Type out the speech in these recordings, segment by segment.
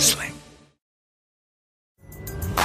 Sling.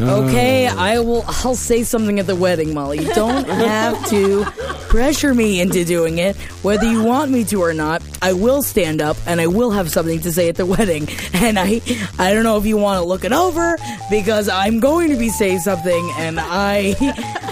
Okay, I will. I'll say something at the wedding, Molly. You don't have to pressure me into doing it, whether you want me to or not. I will stand up and I will have something to say at the wedding. And I, I don't know if you want to look it over because I'm going to be saying something, and I,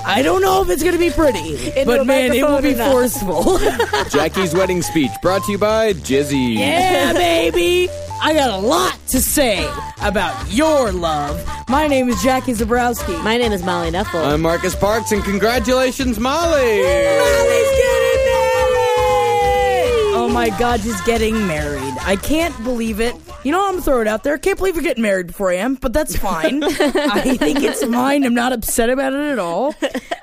I don't know if it's going to be pretty, but a man, it will microphone be or not. forceful. Jackie's wedding speech brought to you by Jizzy. Yeah, baby. I got a lot to say about your love. My name is Jackie Zabrowski. My name is Molly Nuffle. I'm Marcus Parks, and congratulations, Molly. Oh my god, she's getting married. I can't believe it. You know, what? I'm gonna throw it out there. I can't believe you're getting married before I am, but that's fine. I think it's mine. I'm not upset about it at all.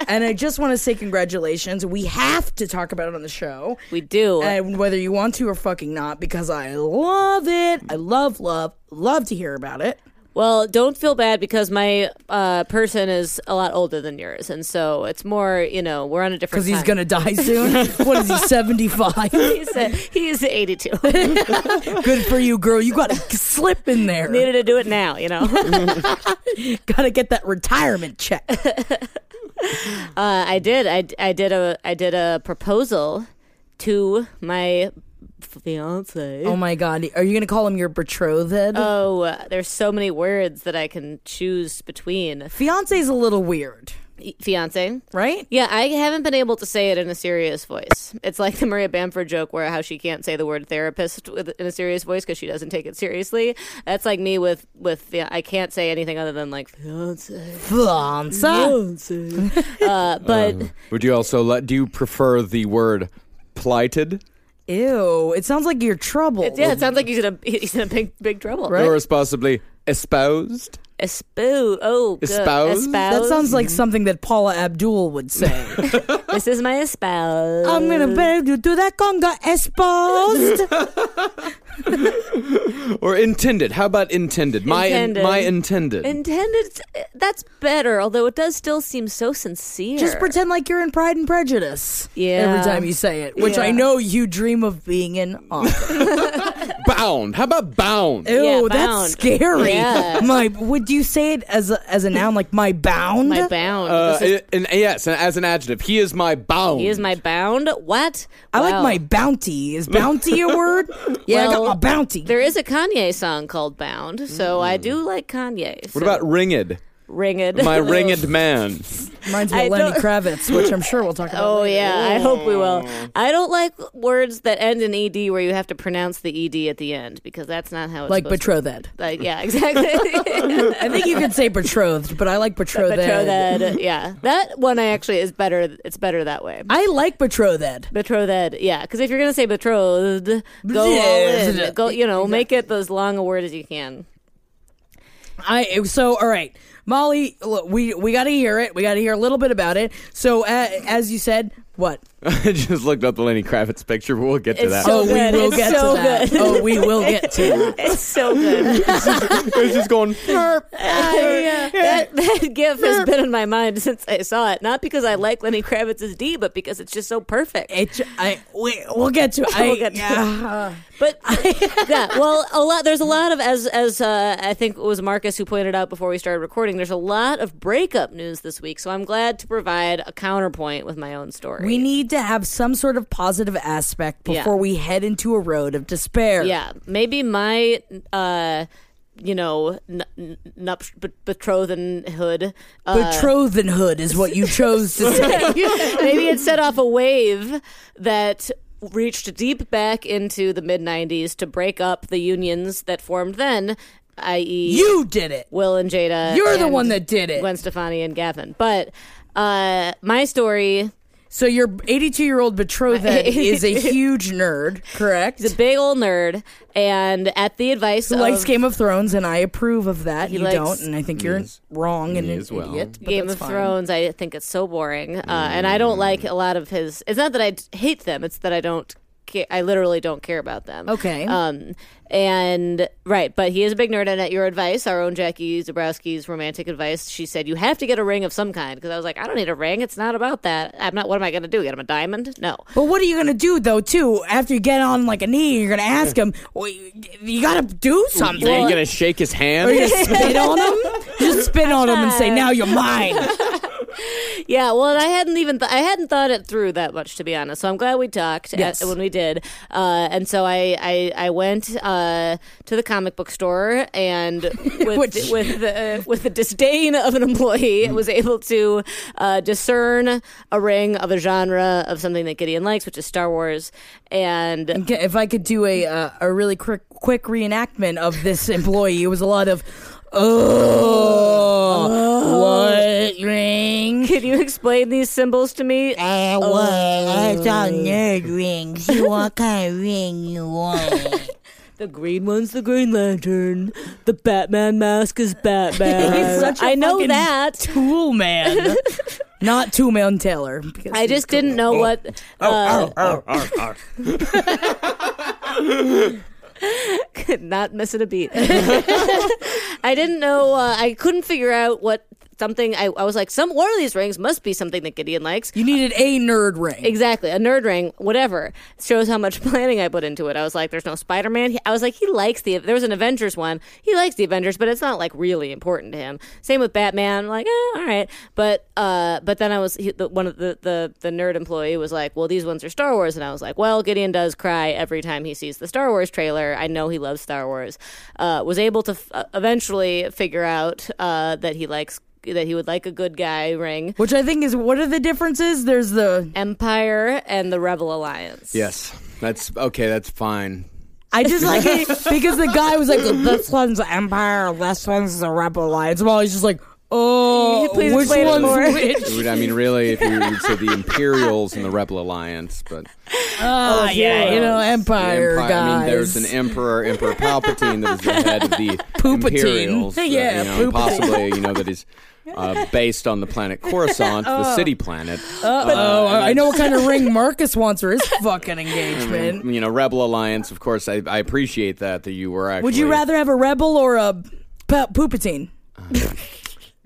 And I just want to say congratulations. We have to talk about it on the show. we do. And whether you want to or fucking not, because I love it. I love, love, love to hear about it. well, don't feel bad because my uh, person is a lot older than yours, and so it's more. You know, we're on a different. Because he's gonna time. die soon. what is he, 75? He's, uh, he is 82. Good for you, girl. You gotta slip in there. Needed to do it now, you know. gotta get that retirement check. Uh, I did. I, I did a I did a proposal to my fiance. oh Oh, my god, are you gonna call him your betrothed? uh, there's so many words that I can choose between. Fiance's a little weird, F- fiance. right? Yeah, I haven't been able to say it in a serious voice. It's like the Maria Bamford joke where how she can't say the word therapist with, in a serious voice because she doesn't take it seriously. That's like me with with yeah, I can't say anything other than like fiance. Fiance. Uh, but Would you also let? Do you prefer the word plighted, Ew, it sounds like you're troubled. yeah, it sounds like he's in a he's in a big big trouble. Right. or is possibly espoused? Espouse. Oh, good. Espouse? That sounds like something that Paula Abdul would say. This is my espouse. I'm gonna beg you to that conga espoused. Or intended? How about intended? My Intended. my intended. Intended. That's better, although it does still seem so sincere. Just pretend like you're in Pride and Prejudice. Yeah. Every time you say it, which I Yeah. know you dream of being in. Office. bound. How about bound? Ew, Yeah, bound. that's scary. Yeah. My, would you say it as a, as a noun like my bound? my bound. Uh, This is- and, yes, and as an adjective, he is my bound. he is my bound. What? I Wow. like my bounty. Is bounty a word? yeah, I got Well, my bounty. There is a Kanye song called Bound, so I do like Kanye. Mm. What about ringed? Ringed? My ringed man. Reminds me I of Lenny don't- Kravitz, which I'm sure we'll talk about. Oh later. yeah, I hope we will. Oh. I don't like words that end in ed where you have to pronounce the ed at the end because that's not how it's like supposed to- betrothed. Like yeah, exactly. I think you could say betrothed, but I like betrothed. betrothed. Yeah, that one I actually is better. It's better that way. I like betrothed. Betrothed, yeah, because if you're gonna say betrothed, go all in. Go, you know, make it as long a word as you can. I so all right, Molly. Look, we we got to hear it. We got to hear a little bit about it. So uh, as you said, what? I just looked up the Lenny Kravitz picture, but we'll get to It's that. so oh, good. we will It's get so to that. good. Oh, we will get to that. It's so good. it's just going. that, that gif has been in my mind since I saw it. Not because I like Lenny Kravitz's D, but because it's just so perfect. It. j- I. We, we'll get to. it. I, We'll get to it. yeah. But yeah, well, a lot. There's a lot of as as uh, I think it was Marcus who pointed out before we started recording. There's a lot of breakup news this week, so I'm glad to provide a counterpoint with my own story. We need to have some sort of positive aspect Yeah. before we head into a road of despair. yeah, maybe my uh, you know, n- n- nup- bet- betrothenhood. Uh, Betrothenhood is what you chose to say. maybe it set off a wave that reached deep back into the mid 90s to break up the unions that formed then, i.e., you did it. Will and Jada. You're the and one that did it. Gwen Stefani and Gavin. But uh, my story. So your 82 year old betrothed is a huge nerd, correct? He's a big old nerd, and at the advice Who of likes Game of Thrones, and I approve of that. You likes- don't, and I think you're wrong and an as well. idiot. but Game that's of fine. Mm. Thrones, I think it's so boring, uh, and I don't like a lot of his. It's not that I d- hate them; it's that I don't. Ca- I literally don't care about them. Okay. Um, and right, but he is a big nerd, and at your advice, our own Jackie Zabrowski's romantic advice, she said you have to get a ring of some kind. Because I was like, I don't need a ring. It's not about that. I'm not. What am I going to do? Get him a diamond? No. But what are you gonna do though? Too after you get on like a knee, you're gonna ask him. Well, you you gotta do something. Are you gonna shake his hand? Or you just spit on him? Just spit on him and say, "Now you're mine." Yeah, well, and I hadn't even th- I hadn't thought it through that much to be honest. So I'm glad we talked at- Yes. when we did. Uh, and so I I, I went uh, to the comic book store and with Which- with the, with the disdain of an employee was able to uh, discern a ring of a genre of something that Gideon likes, which is Star Wars. And Okay, If I could do a uh, a really quick quick reenactment of this employee, it was a lot of, "Oh, what ring?" can you explain these symbols to me? I Oh, want, it's all nerd rings. You what kind of ring you want? The green one's the Green Lantern. The Batman mask is Batman. He's such a I know fucking that. Tool man, not Tool man Taylor. because I just didn't know what. uh, Could not missing a beat. I didn't know. Uh, I couldn't figure out what something. I, I was like, some one of these rings must be something that Gideon likes. You needed a nerd ring. Exactly, a nerd ring, whatever. Shows how much planning I put into it. I was like, "There's no Spider Man." I was like, "He likes the." There was an Avengers one. He likes the Avengers, but it's not like really important to him. Same with Batman. Like, eh, all right, but uh, but then I was he, the, one of the, the the nerd employee was like, "Well, these ones are Star Wars," and I was like, "Well, Gideon does cry every time he sees the Star Wars trailer. I know he loves Star Wars." Uh, was able to f- eventually figure out uh, that he likes that he would like a good guy ring. Which I think is what are the differences? There's the Empire and the Rebel Alliance. yes. That's okay. That's fine. I just like it because the guy was like, "This one's Empire, this one's the Rebel Alliance." Well, he's just like, "Oh, Please which explain it one's more." which?" Would- I mean, really, if you would say the Imperials and the Rebel Alliance, but Oh, yeah, you know, Empire, the Empire- guys. I mean, there's an Emperor, Emperor Palpatine, that was the head of the Poopatine. Imperials. that, Yeah, you know, Poopatine. possibly, you know, that is uh, based on the planet Coruscant, the city planet. Uh, oh, I I know what kind of ring Marcus wants for his fucking engagement. you know, Rebel Alliance. Of course, I, I appreciate that that you were actually. Would you rather have a rebel or a p- poopatine?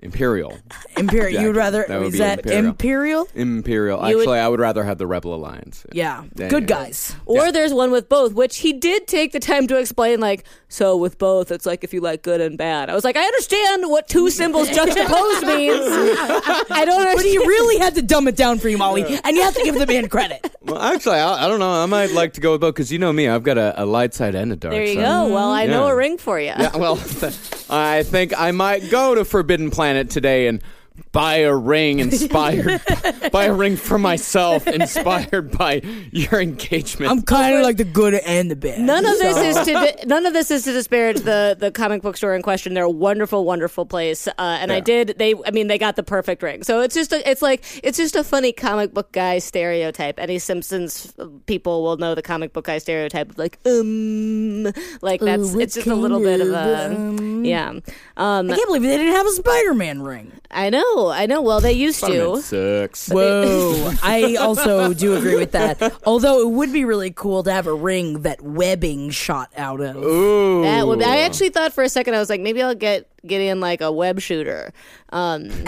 Imperial? Imperial. You'd Exactly. rather That would is be that imperial? Imperial. Imperial. actually, I would rather have the Rebel Alliance. Yeah, Dang good it. guys. Or there's one with both, which he did take the time to explain. Like, so with both, it's like if you like good and bad. I was like, I understand what two symbols juxtaposed means. I don't But understand. you really had to dumb it down for you, Molly, and you have to give the man credit. Well, actually, I, I don't know. I might like to go with both because you know me. I've got a, a light side and a dark There side. you go. Well, I know Yeah. a ring for you. Yeah, well, I think I might go to Forbidden Planet today and buy a ring inspired, buy a ring for myself inspired by your engagement. I'm kind of like the good and the bad. None of this is to di- none of this is to disparage the the comic book store in question. They're a wonderful, wonderful place, uh, and I Yeah. did they. I mean, they got the perfect ring. So it's just a, it's like it's just a funny comic book guy stereotype. Any Simpsons people will know the comic book guy stereotype of like um like that's Ooh, it's what just a little kind bit of of, a um, yeah. Um, I can't believe they didn't have a Spider-Man ring. I know, I know. Well, they used Spider-Man to. sucks. Whoa! I also do agree with that. Although it would be really cool to have a ring that webbing shot out of. Ooh. That would, I actually thought for a second I was like maybe I'll get getting like a web shooter. Um, He'll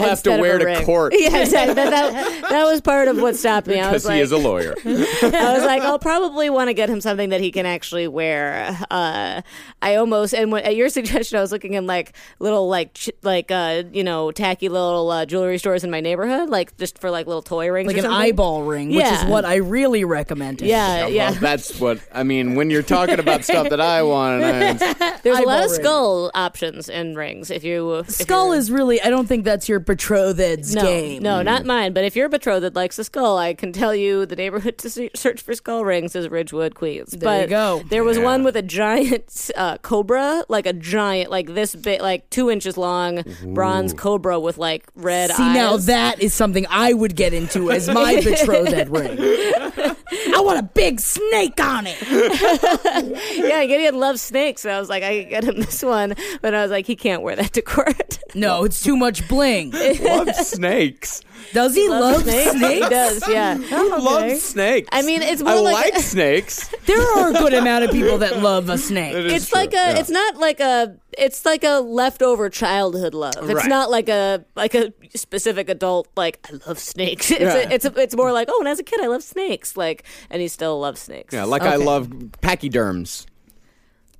have to instead of wear a to ring. court Yeah, exactly. That, that, that was part of what stopped me. I was because like, he is a lawyer. I was like, I'll probably want to get him something that he can actually wear. Uh, I almost and when, at your suggestion, I was looking in like little like ch- like uh, you know tacky little uh, jewelry stores in my neighborhood, like just for like little toy rings, like or an something. eyeball ring, which Yeah. is what I really recommended. Yeah, Well, yeah. that's what I mean when you're talking about stuff that I want. And I, There's a lot eyeball of ring. skull options in rings. If you if Skull you're- is really, I don't think that's your betrothed's no, game. no, not mine. But if you're betrothed that likes a skull, I can tell you the neighborhood to se- search for skull rings is Ridgewood, Queens. There but you go. There was one with a giant uh, cobra, like a giant, like this big, like two inches long bronze cobra with like red See, eyes. now that is something I would get into as my betrothed ring. I want a big snake on it. yeah, Gideon loves snakes, and I was like, I could get him this one, but I was like, he can't wear that to court. No, it's too much bling. love snakes. Does he love snakes? he does, yeah. Who loves snakes? I mean, it's I more like- like snakes. There are a good amount of people that love a snake. It's like a. It's not like a. It's like a leftover childhood love. It's Right. not like a like a specific adult. Like I love snakes. It's Yeah. a, it's a, it's more like oh, and as a kid I love snakes. Like and he still loves snakes. yeah, like I love pachyderms,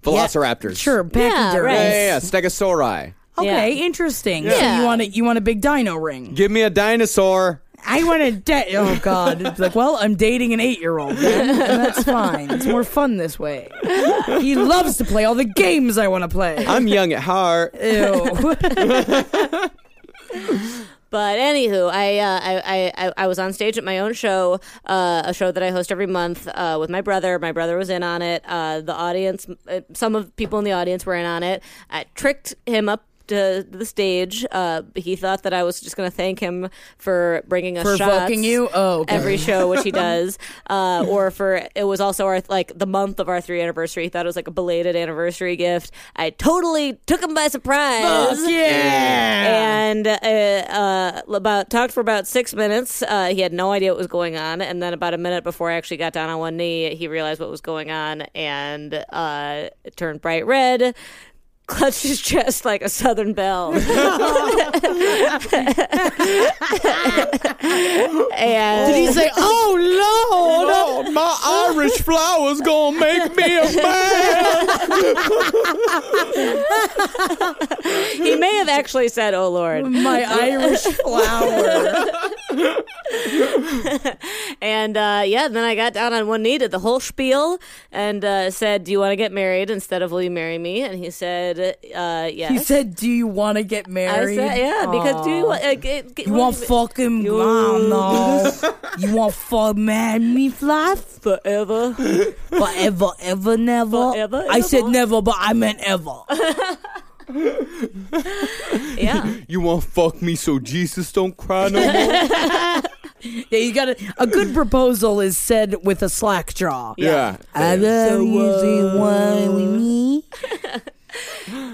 velociraptors. Sure, Yeah, pachyderms. right. Yeah, yeah, yeah, stegosauri. Okay, Yeah. interesting. Yeah. So you want a you want a big dino ring? Give me a dinosaur. I want a date. Oh God! It's like, well, I'm dating an eight year old, and that's fine. It's more fun this way. He loves to play all the games I want to play. I'm young at heart. Ew. But anywho, I, uh, I, I, I I was on stage at my own show, uh, a show that I host every month uh, with my brother. My brother was in on it. Uh, the audience, uh, some of people in the audience were in on it. I tricked him up. To the stage, uh, he thought that I was just going to thank him for bringing us For shots booking you? Oh, okay. every show, which he does, uh, or for it was also our like the month of our three anniversary. He thought it was like a belated anniversary gift. I totally took him by surprise yeah. and uh, uh, about talked for about six minutes. Uh, he had no idea what was going on, and then about a minute before I actually got down on one knee, he realized what was going on and uh, turned bright red. Clutched his chest like a Southern belle, and Did he say, "Oh Lord"? Oh, my Irish flower's gonna make me a man. he may have actually said, "Oh Lord," My Irish flower. And uh, yeah, then I got down on one knee, did the whole spiel, and uh, said, "Do you want to get married instead of will you marry me?" And he said, uh, "Yes." He said, "Do you want to get I married?" said, "Yeah," because do you Aw. want? Uh, get, get, You what want do fucking You- mom, no. You want fuck man me fly forever? forever, ever, never. Forever, I said ever. never, but I meant ever. yeah, You want to fuck me so Jesus don't cry no more? Yeah, you gotta. A good proposal is said with a slack jaw. yeah. uh, I love you, so why we me?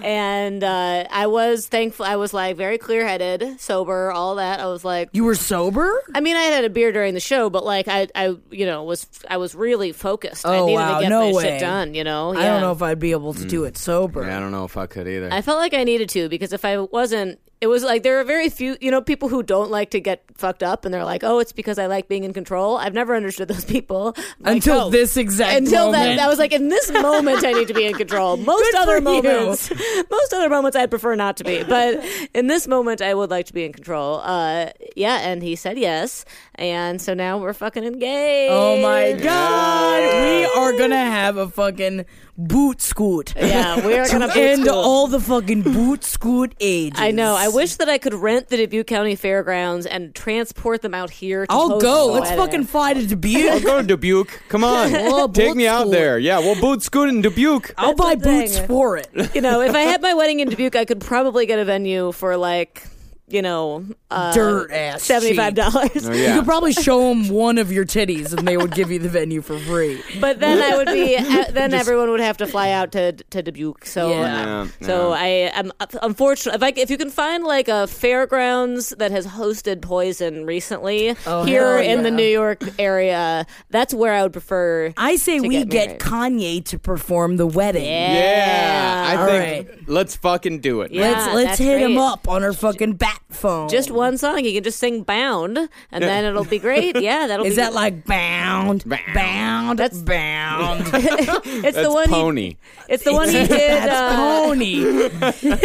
and uh, I was thankful. I was like very clear headed, sober, all that. I was like, You were sober? I mean, I had a beer during the show, but like, I, I, you know, was I was really focused. I Oh, needed wow, to get no my way. shit done. You know, I Yeah. don't know if I'd be able to do it sober. Mm. Yeah, I don't know if I could either. I felt like I needed to because if I wasn't, it was like there are very few, you know, people who don't like to get fucked up and they're like, oh, it's because I like being in control. I've never understood those people. Like, Until oh. this exact Until moment. that, I was like, in this moment, I need to be in control. Most Good other for you. moments, most other moments, I'd prefer not to be. But in this moment, I would like to be in control. Uh, yeah, and he said yes, and so now we're fucking engaged. Oh my god, we are gonna have a fucking boot scoot. Yeah, we are gonna boot end scoot. all the fucking boot scoot ages. I know. I wish that I could rent the Dubuque County Fairgrounds and transport them out here. To I'll host go. the Let's wedding. fucking fly to I'll Dubuque. Oh, go to Dubuque. Come on. Well, Take boot me out scoot. there. Yeah, we'll boot scoot in Dubuque. I'll buy the thing. boots for it. You know, if I had my wedding in Dubuque, I could probably get a venue for like, you know, uh, Dirt ass seventy-five dollars. yeah. You could probably show them one of your titties, and they would give you the venue for free. But then I would be. uh, Then everyone would have to fly out to to Dubuque. So, uh, Yeah. Yeah, so yeah. I am unfortunately. If I if you can find like a fairgrounds that has hosted Poison recently Oh, here hell in the yeah. New York area, that's where I would prefer. I say To we get get Kanye to perform the wedding. Yeah. Yeah, I All think Let's fucking do it. man. Yeah, let's let's that's hit him great. up on her fucking bat phone. Just one song. You can just sing "Bound," and then it'll be great. Yeah, that'll. Is be that like bound, Bound. bound, That's- bound? It's That's the one. pony. He, it's the one he did. That's Uh, pony.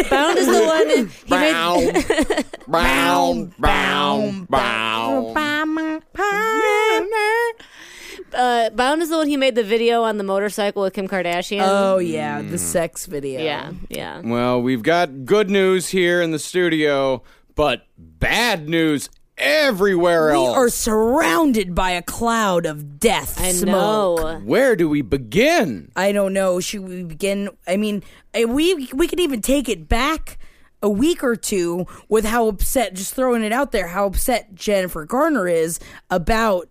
Bound is the one he made. Bow, bow, bow, bow. Uh, Bound is the one he made the video on the motorcycle with Kim Kardashian. Oh yeah, Mm. the sex video. yeah, yeah. Well, we've got good news here in the studio, but bad news everywhere We else. are surrounded by a cloud of death I smoke. know. Where do we begin? I don't know. Should we begin? I mean, eh, we we could even take it back a week or two with how upset. Just throwing it out there, how upset Jennifer Garner is about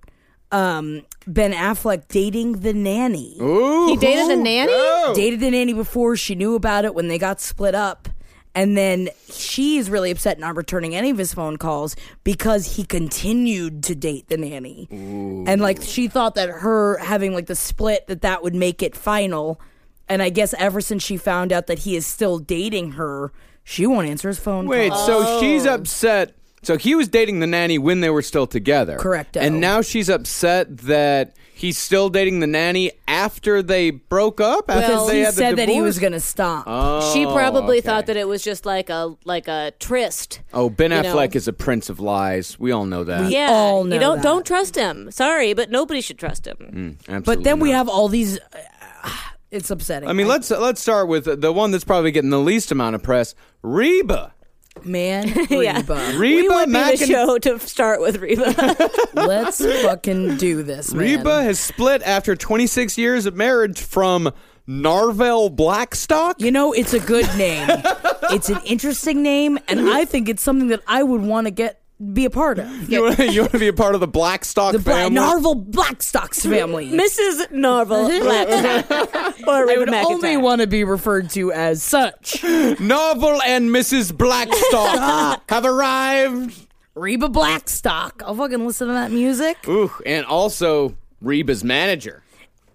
um, Ben Affleck dating the nanny. Ooh, He dated a nanny? go. Dated the nanny before she knew about it when they got split up. And then she's really upset not returning any of his phone calls because he continued to date the nanny. And like she thought that her having like the split that that would make it final. And I guess ever since she found out that he is still dating her, she won't answer his phone Wait, calls. so she's upset. So he was dating the nanny when they were still together. Correcto. And now she's upset that he's still dating the nanny after they broke up. After Because they he had the said that he divorce? Oh. was going to stop. She probably okay. thought that it was just like a like a tryst. Oh, Ben you know. Affleck is a prince of lies. We all know that. Yeah, all know you don't that. don't trust him. Sorry, but nobody should trust Hmm. him. but Absolutely then we not. have all these. it's upsetting. I mean, let's uh, let's start with the one that's probably getting the least amount of press. Reba. man, Reba. Reba we would be Macken- the show to start with Reba. Let's fucking do this, man. Reba has split after 26 years of marriage from Narvel Blackstock. You know, it's a good name. it's an interesting name, and I think it's something that I would want to get be a part of. You want, you want to be a part of the Blackstock The Bla- family? Narvel Blackstock's family. Mrs. Norval Blackstock or I Reba would only McEntire. want to be referred to as such. Narvel and Mrs. Blackstock have arrived. Reba Blackstock. I'll fucking listen to that music. Ooh, and also Reba's manager.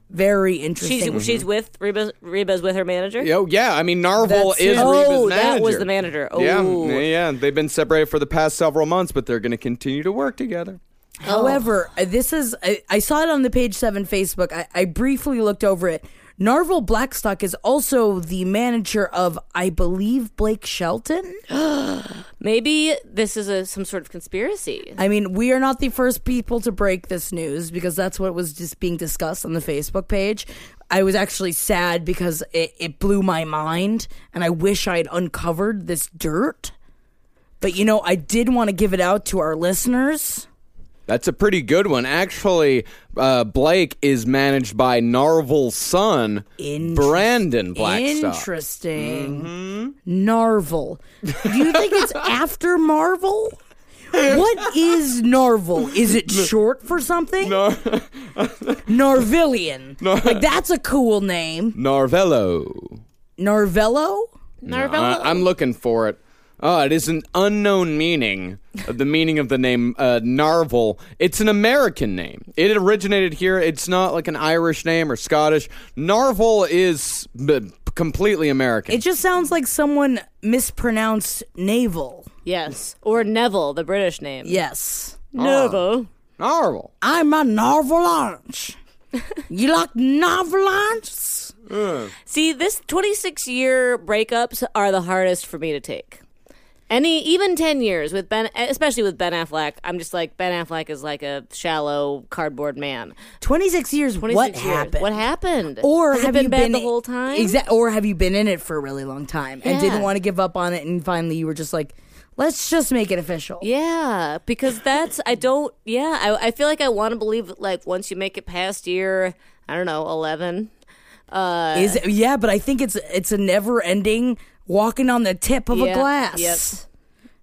Very interesting. She's she's with Reba. Reba's with her manager. Oh yeah, I mean Narvel That's is it. Reba's Oh, manager. that was the manager. Oh, Yeah, yeah, yeah. They've been separated for the past several months, but they're going to continue to work together. However, uh, this is I, I saw it on the page seven Facebook. I, I briefly looked over it. Narvel Blackstock is also the manager of, I believe, Blake Shelton. maybe this is a some sort of conspiracy. I mean, we are not the first people to break this news because that's what was just being discussed on the Facebook page. I was actually sad because it, it blew my mind, and I wish I had uncovered this dirt. But you know, I did want to give it out to our listeners. That's a pretty good one. Actually, uh, Blake is managed by Narvel's son, Interest- Brandon Blackstock. Interesting. Narvel. Do you think it's after Marvel? What is Narvel? Is it short for something? Nar- Narvillian. like that's a cool name. Narvello. Narvello? Narvel. I- I'm looking for it. Oh, it is an unknown meaning of the meaning of the name uh, Narvel. It's an American name. It originated here. It's not like an Irish name or Scottish. Narvel is b- completely American. It just sounds like someone mispronounced navel. yes, or Neville, the British name. Yes. Oh. Neville. Narvel. I'm a narvalanche. you like narvalanches? See, this 26 year breakups are the hardest for me to take. Any, even 10 years with Ben, especially with Ben Affleck, I'm just like, Ben Affleck is like a shallow cardboard man. 26 years, 26 what years. happened? What happened? Or Has it have been you bad been the whole time? Exa- or have you been in it for a really long time and didn't Yeah. want to give up on it and finally you were just like, let's just make it official. Yeah, because that's, I don't, yeah, I, I feel like I want to believe, that, like, once you make it past year, I don't know, 11. Uh, Is it, yeah, but I think it's it's a never ending walking on the tip of a Yeah, glass. yep.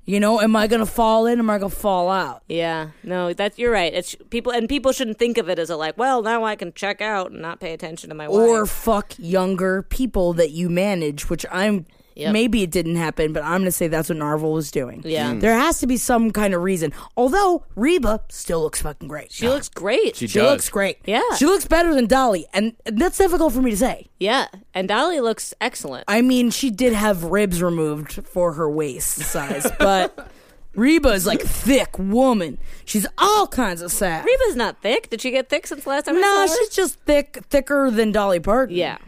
You know, am I gonna fall in? Am I gonna fall out? yeah, no, that's, you're right. It's people, and people shouldn't think of it as a like, well, now I can check out and not pay attention to my wife. Or fuck younger people that you manage, which I'm Yep. Maybe it didn't happen, but I'm going to say that's what Narvel was doing. Yeah. Mm. There has to be some kind of reason. Although Reba still looks fucking great. She looks great. She She does. looks great. Yeah. She looks better than Dolly, and that's difficult for me to say. yeah, and Dolly looks excellent. I mean, she did have ribs removed for her waist size, but Reba is like thick woman. She's all kinds of sad. Reba's not thick. Did she get thick since the last no, time? I saw her? she's just thick, thicker than Dolly Parton. yeah.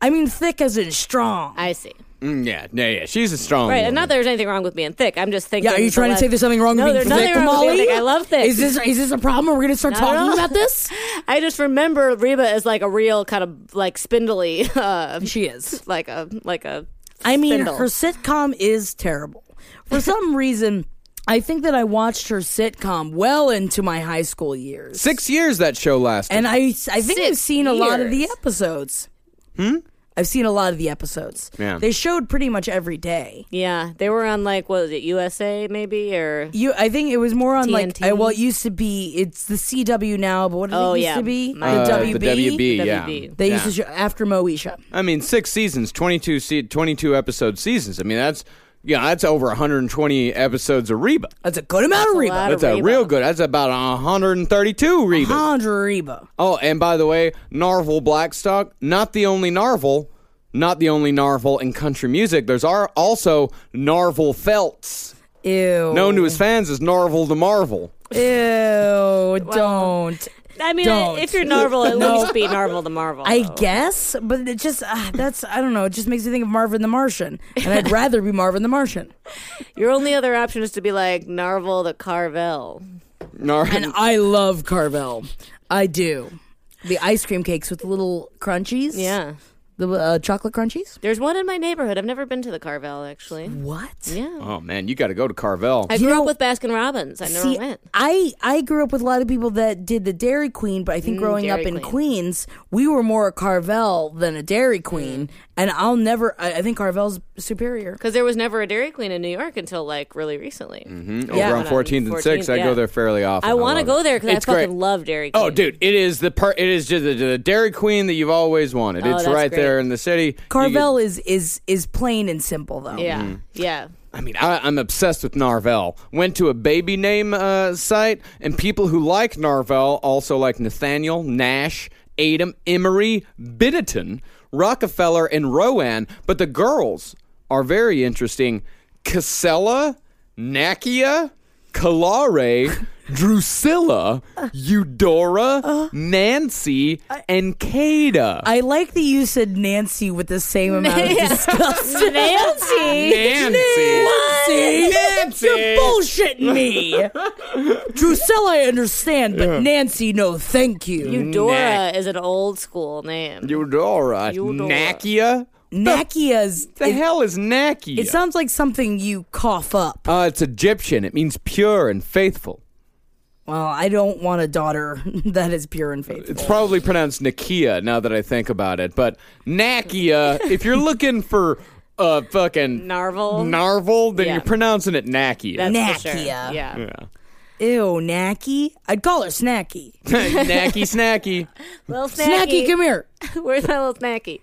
I mean, thick as in strong. I see. Mm, yeah, yeah, yeah. She's a strong. Right, woman. and not that there's anything wrong with being thick. I'm just thinking. yeah, are you the trying to last- say there's something wrong No, with there's being nothing thick, wrong with Molly? being thick. I love thick. Is this is this a problem? We're gonna start at talking all. about this? I just remember Reba as like a real kind of like spindly, uh, She is. like a like a. I mean, spindle. her sitcom is terrible. For some reason, I think that I watched her sitcom well into my high school years. six years that show lasted. And I, I think I've Six seen a lot of the years. episodes. Hmm? I've seen a lot of the episodes. Yeah. They showed pretty much every day. Yeah, they were on like what was it USA maybe or You, I think it was more on like, TNT? I, well, it used to be, it's the CW now, but what did Oh, it used yeah. to be? My- Uh, the WB. the WB, yeah. WB. They Yeah. used to show after Moesha. I mean, six seasons, 22, se- 22 episode seasons. I mean, that's yeah, that's over 120 episodes of Reba. That's a good amount of Reba. lot. Out of That's a Reba. Uh-huh. real good. That's about 132 Reba. Hundred Reba. Oh, and by the way, Narvel Blackstock, not the only Narvel, not the only Narvel in country music. There's are also Narvel Feltz, Ew. known Oh. to his fans as Narvel the Marvel. Ew. Don't. I mean, Don't. if you're Narvel, at least be Narvel the Marvel. I though. guess, but it just, uh, that's, I don't know, it just makes me think of Marvin the Martian. And I'd rather be Marvin the Martian. your only other option is to be like Narvel the Carvel. Nar- And I love Carvel. I do. The ice cream cakes with little crunchies. Yeah, The uh, chocolate crunchies. there's one in my neighborhood. I've never been to the Carvel actually. What? Yeah, oh man, you got to go to Carvel. I You grew know- up with Baskin Robbins. I never See, went. I, I grew up with a lot of people that did the Dairy Queen, but I think growing up Mm, Dairy in Queen. Mm. Queens, we were more a Carvel than a Dairy Queen. And I'll never, I, I think Carvel's superior. Because there was never a Dairy Queen in New York until like really recently. Mm-hmm. Over yeah. on 14th and 6th, I yeah. go there fairly often. I want to love go it. there because I It's great. fucking love Dairy Queen. Oh, dude, it is the per- it is just the, the Dairy Queen that you've always wanted. it's Oh, that's right great. there in the city. You Carvel is, is, is plain and simple, though. Yeah, Mm-hmm. yeah. I mean, I, I'm obsessed with Narvel. Went to a baby name uh, site, and people who like Narvel also like Nathaniel, Nash, Adam, Emery, Biddeton, Rockefeller, and Rowan. But the girls are very interesting. Casella, Nakia, Kalare, Drusilla, Eudora, Nancy, and Kada. Uh. I like that you said Nancy with the same amount of disgust. Nancy. Nancy. Nancy. Nancy. You're bullshitting me. Drusilla, I understand, but Nancy, no, thank you. Eudora is an old school name. Eudora. Eudora. Nakia. Nakia's. The It, hell is Nakia? it sounds like something you cough up. uh, it's Egyptian. It means pure and faithful. Well, I don't want a daughter that is pure and faithful. It's probably pronounced Nakia now that I think about it. But Nakia, if you're looking for uh, fucking Narvel. narvel, then Yeah. you're pronouncing it Nakia. That's for Nakia. sure. Mm. Yeah. Ew, Nacky. I'd call her Snacky. Nacky snacky. Little Snacky, come here. Where's my little snacky?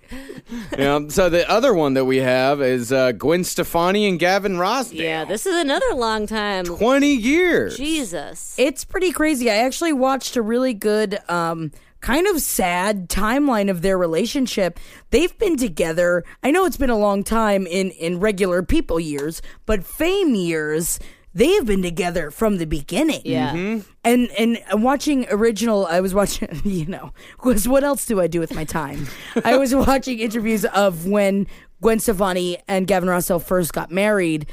Yeah, so the other one that we have is uh, Gwen Stefani and Gavin Rossdale. Yeah, this is another long time. 20 years. Jesus. It's pretty crazy. I actually watched a really good, um, kind of sad timeline of their relationship. They've been together. I know it's been a long time in in regular people years, but fame years. They have been together from the beginning. Yeah. And and watching original, I was watching. You know, was what else do I do with my time? I was watching interviews of when Gwen Stefani and Gavin Rossdale first got married,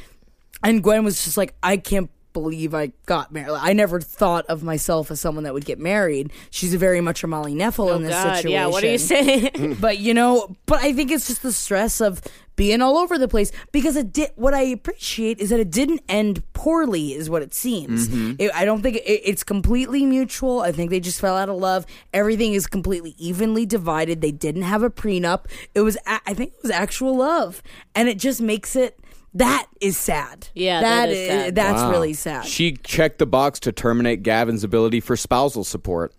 and Gwen was just like, I can't believe I got married. Like, I never thought of myself as someone that would get married. She's very much a Molly Neffel in this Oh, God, situation. yeah. What do you say? But you know, but I think it's just the stress of being all over the place because it did. What I appreciate is that it didn't end poorly, is what it seems. Mm-hmm. It, I don't think it, it's completely mutual. I think they just fell out of love. Everything is completely evenly divided. They didn't have a prenup. It was, a- I think, it was actual love, and it just makes it. That is sad. Yeah, that is sad. That's Wow. really sad. She checked the box to terminate Gavin's ability for spousal support.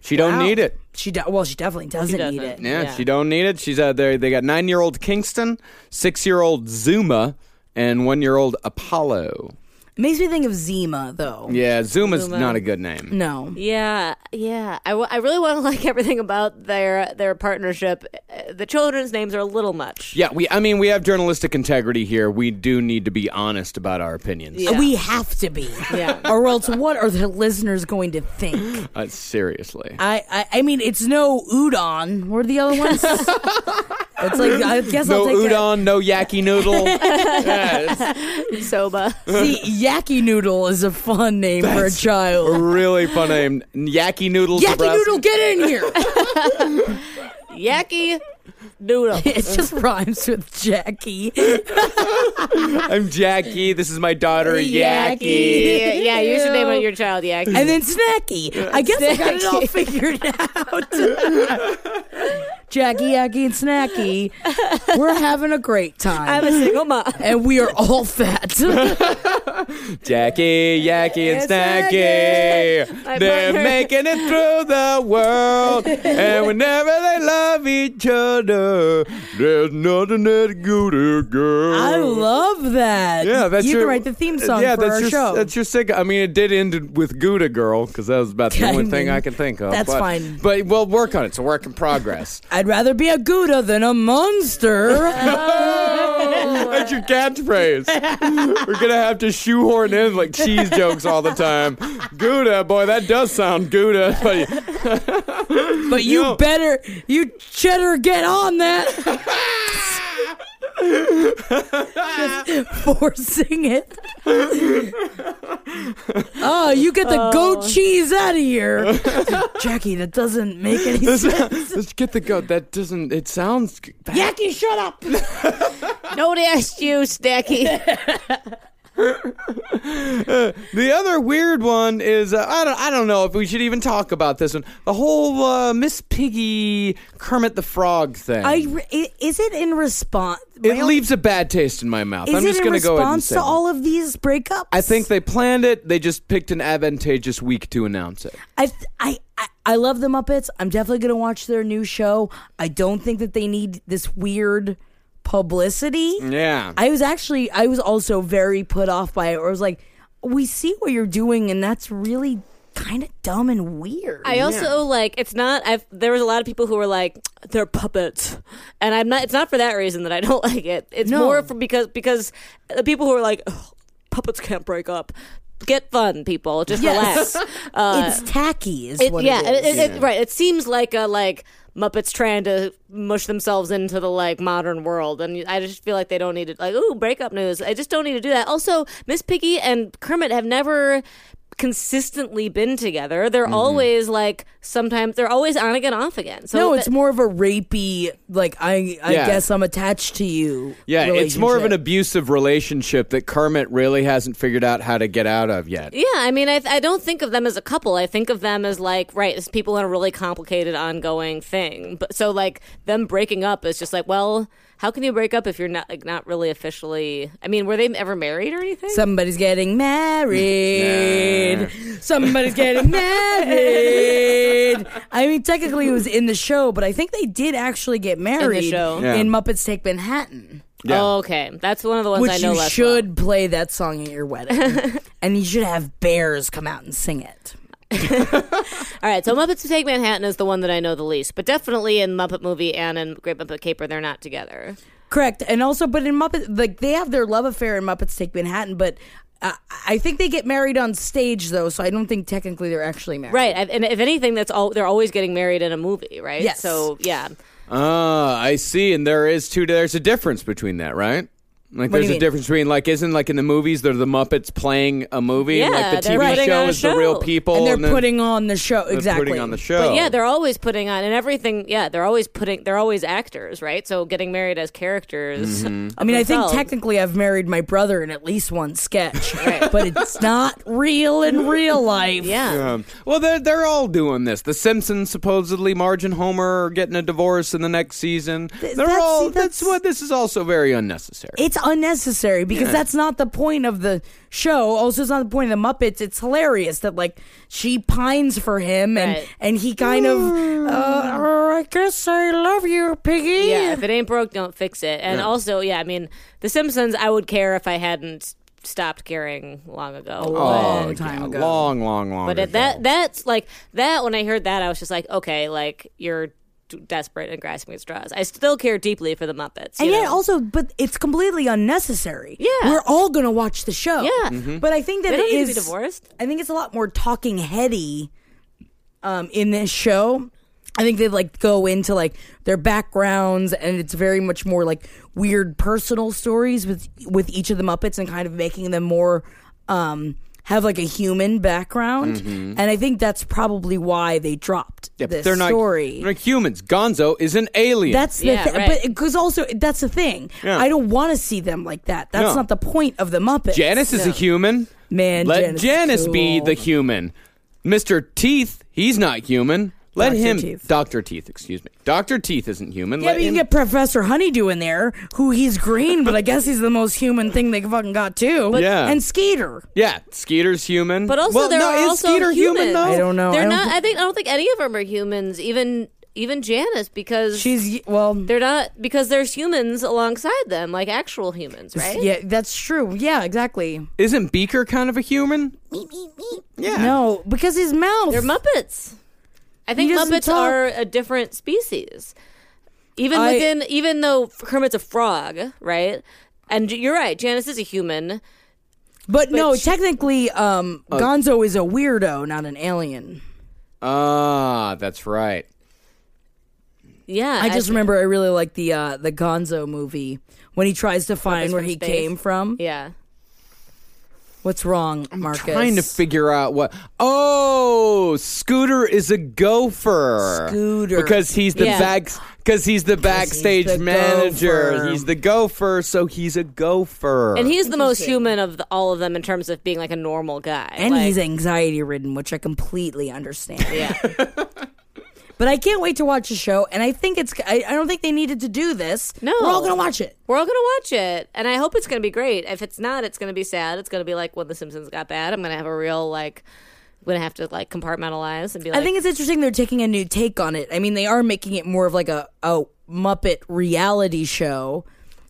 She don't need it. She de- well, she definitely doesn't, need it. doesn't. Yeah, Yeah. she don't need it. She's out there. They got nine year old Kingston, six year old Zuma, and one year old Apollo. Makes me think of Zima though. Yeah, Zuma's not a good name. No. Yeah, yeah. I, w- I really want to like everything about their their partnership. Uh, The children's names are a little much. Yeah, we. I mean, we have journalistic integrity here. We do need to be honest about our opinions. Yeah. We have to be. Yeah. or else what are the listeners going to think? Uh, seriously. I, I I mean it's no udon. What are the other ones? it's like I guess no I'll take that. udon, no yaki noodle. yeah, Soba. See, Yaki Noodle is a fun name for a it's a child. really fun name. Yaki noodle. Yaki Dabrowski. Noodle, get in here! Yaki noodle. it just rhymes with Jackie. I'm Jackie. This is my daughter Yaki. yeah, yeah, you should name your child Yaki. And then Snacky. I guess I got it all figured out. Jackie, Yaki, and Snacky. We're having a great time. a single mom. and we are all fat. Jackie, Yaki, and It's Snacky. My They're partner. making it through the world. and whenever they love each other, there's nothing that good a girl. I love that. Yeah, that's you your, uh, can write the theme song yeah, for that's our your, show. That's your sick. I mean, it did end with "Gouda Girl" because that was about the I only thing mean, I can think of. that's but, fine. But we'll work on it. It's a work in progress. I'd rather be a Gouda than a monster. Oh. That's your catchphrase. We're gonna have to shoehorn in like cheese jokes all the time. Gouda, boy, that does sound Gouda. But but you Yo. better, you cheddar, get on that. forcing it. oh, you get the goat cheese out of here. Jackie, that doesn't make any sense. let's get the goat. That doesn't. It sounds. Jackie, shut up. Nobody asked you, Snacky. The other weird one is uh, I don't I don't know if we should even talk about this one. The whole uh, Miss Piggy Kermit the Frog thing. I, re- i- is it in response? it leaves a bad taste in my mouth. Is I'm it just in gonna go ahead and response say to that. all of these breakups? I think they planned it. They just picked an advantageous week to announce it. I, th- I, I, I love the Muppets. I'm definitely going to watch their new show. I don't think that they need this weird publicity. Yeah. I was actually, I was also very put off by it. Where I was like, we see what you're doing, and that's really kind of dumb and weird. I also like it's not I've there was a lot of people who were like they're puppets. And I'm not it's not for that reason that I don't like it. It's No. more for because because the people who are like "Ugh, puppets can't break up. Get fun, people. Just Yes. relax. Uh, it's tacky, is it- what yeah, it is. it- it- right. It seems like a like Muppets trying to mush themselves into the like modern world, and I just feel like they don't need to like ooh breakup news. I just don't need to do that. Also, Miss Piggy and Kermit have never consistently been together. They're Mm-hmm. always like sometimes they're always on again, off again. So no, that- it's more of a rapey. Like I, I Yeah. guess I'm attached to you. Yeah, it's more of an relationship. abusive relationship that Kermit really hasn't figured out how to get out of yet. Yeah, I mean, I, I don't think of them as a couple. I think of them as like right as people in a really complicated ongoing thing. But so like them breaking up is just like, well, how can you break up if you're not like not really officially? I mean, were they ever married or anything? Somebody's getting married. Somebody's getting married. I mean, technically, it was in the show, but I think they did actually get married show. Yeah. in Muppets Take Manhattan, Yeah. Oh, okay, that's one of the ones which I know. you less should play that song at your wedding, and you should have bears come out and sing it. about. All right, so Muppets Take Manhattan is the one that I know the least, but definitely in Muppet Movie and in Great Muppet Caper, they're not together. Correct, and also, but in Muppet, like they have their love affair in Muppets Take Manhattan, but. Uh, I think they get married on stage though, so I don't think technically they're actually married. Right, I- and if anything, that's all. They're always getting married in a movie, right? Yes. So yeah, Ah, I see. And there is two. There's a difference between that, right? Like, What do there's you a mean? difference between like, isn't like in the movies they're the Muppets playing a movie, and, Yeah, like the they're TV putting show on a is the real show. people, And they're then putting on the show they're exactly. putting on the show. But yeah, they're always putting on and everything. Yeah, they're always putting. They're always actors, right? So getting married as characters. I mean, I think technically, technically I've married my brother in at least one sketch, but it's not real in real life. yeah. Um, well, they're they're all doing this. The Simpsons supposedly Marge and Homer are getting a divorce in the next season. they're that's- all. see, that's- that's what this is also very unnecessary. It's unnecessary because that's not the point of the show. Also, it's not the point of the Muppets. It's hilarious that like she pines for him and Right. Mm. and he kind of. Uh, "Oh, I guess I love you, Piggy. Yeah, if it ain't broke, don't fix it. And also, yeah, I mean, The Simpsons, I would care if I hadn't stopped caring long ago. long Oh, time yeah, ago. Long, long, long. But ago. it, that that's like that. When I heard that, I was just like, okay, like you're d- desperate and grasping at straws. I still care deeply for the Muppets. And you yet, know? also, but it's completely unnecessary. Yeah. we're all gonna watch the show. Yeah. Mhm. but I think that they it don't need to be is- divorced. I think it's a lot more talking heady um, in this show. I think they like go into like their backgrounds, and it's very much more like weird personal stories with with each of the Muppets, and kind of making them more um, have like a human background. And I think that's probably why they dropped Mm-hmm. Yeah, but this they're not, story. they're not humans. Gonzo is an alien. That's the Yeah, thing. right. But because also that's the thing. Yeah. I don't want to see them like that. That's No. not the point of the Muppets. Janice is a human. Man, let Janice Janice, is be cool. the human. Mister Teeth, he's not human. Let Dr. him, Teeth. Doctor Teeth. Excuse me, Doctor Teeth isn't human. Yeah, Let but you him- get Professor Honeydew in there, who he's green, but I guess he's the most human thing they fucking got too. Yeah. and Skeeter. yeah, Skeeter's human. But also, well, there no, are is also Skeeter human humans. though? I don't know. I They're don't not. thi- I think I don't think any of them are humans. Even even Janice, because She's well, they're not because there's humans alongside them, like actual humans, right? yeah, that's true. Yeah, exactly. Isn't Beaker kind of a human? Yeah. No, because his mouth. They're Muppets. I think He doesn't Muppets talk. are a different species. Even I- within, even though Kermit's a frog, right? And you're right, Janice is a human. but no, technically, um, Uh, Gonzo is a weirdo, not an alien. Ah, that's right. Yeah, I just th- remember I really like the uh, the Gonzo movie when he tries to find where from he space. came from. Yeah, What's wrong, Marcus? Trying to figure out what. Oh, Scooter is a gopher. Scooter. because he's the Yeah. back because he's the backstage the manager. gopher. He's the gopher, so he's a gopher. and he's the most human of the, all of them in terms of being like a normal guy. and Like, he's anxiety ridden, which I completely understand. Yeah. but I can't wait to watch the show, and I think it's. I, I don't think they needed to do this. No. we're all gonna watch it. we're all gonna watch it, and I hope it's gonna be great. If it's not, it's gonna be sad. It's gonna be like when The Simpsons got bad. I'm gonna have a real like, I'm gonna have to like compartmentalize and be like, I think it's interesting they're taking a new take on it. I mean, they are making it more of like a, a Muppet reality show,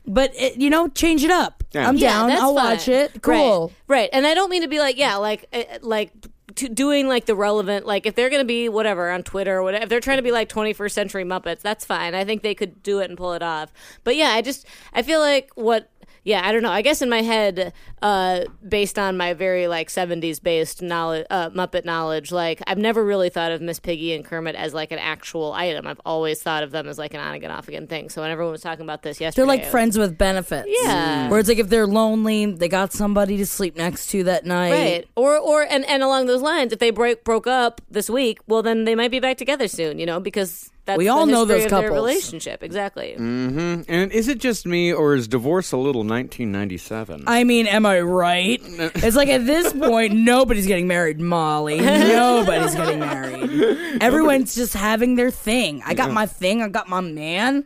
but it, you know, change it up. I'm Yeah, down. that's I'll fine. watch it. Right, Cool. Right. And I don't mean to be like, yeah, like, uh, like to doing like the relevant, like if they're going to be whatever on Twitter or whatever, if they're trying to be like 21st century Muppets, that's fine. I think they could do it and pull it off. But yeah, I just, I feel like what, yeah, I don't know. I guess in my head, uh, based on my very like 70s based knowledge, uh, Muppet knowledge, like I've never really thought of Miss Piggy and Kermit as like an actual item. I've always thought of them as like an on again, off again thing. So when everyone was talking about this yesterday, They're like I was- friends with benefits. Yeah. Where it's like if they're lonely, they got somebody to sleep next to that night. Right. Or or and, and along those lines, if they break broke up this week, well then they might be back together soon, you know, because that's We the all know history those of their couples. relationship. Exactly. and is it just me or is divorce a little 1997? I mean, am I right? It's like at this point, nobody's getting married, Molly. Nobody's getting married. Everyone's just having their thing. I got my thing. I got my man.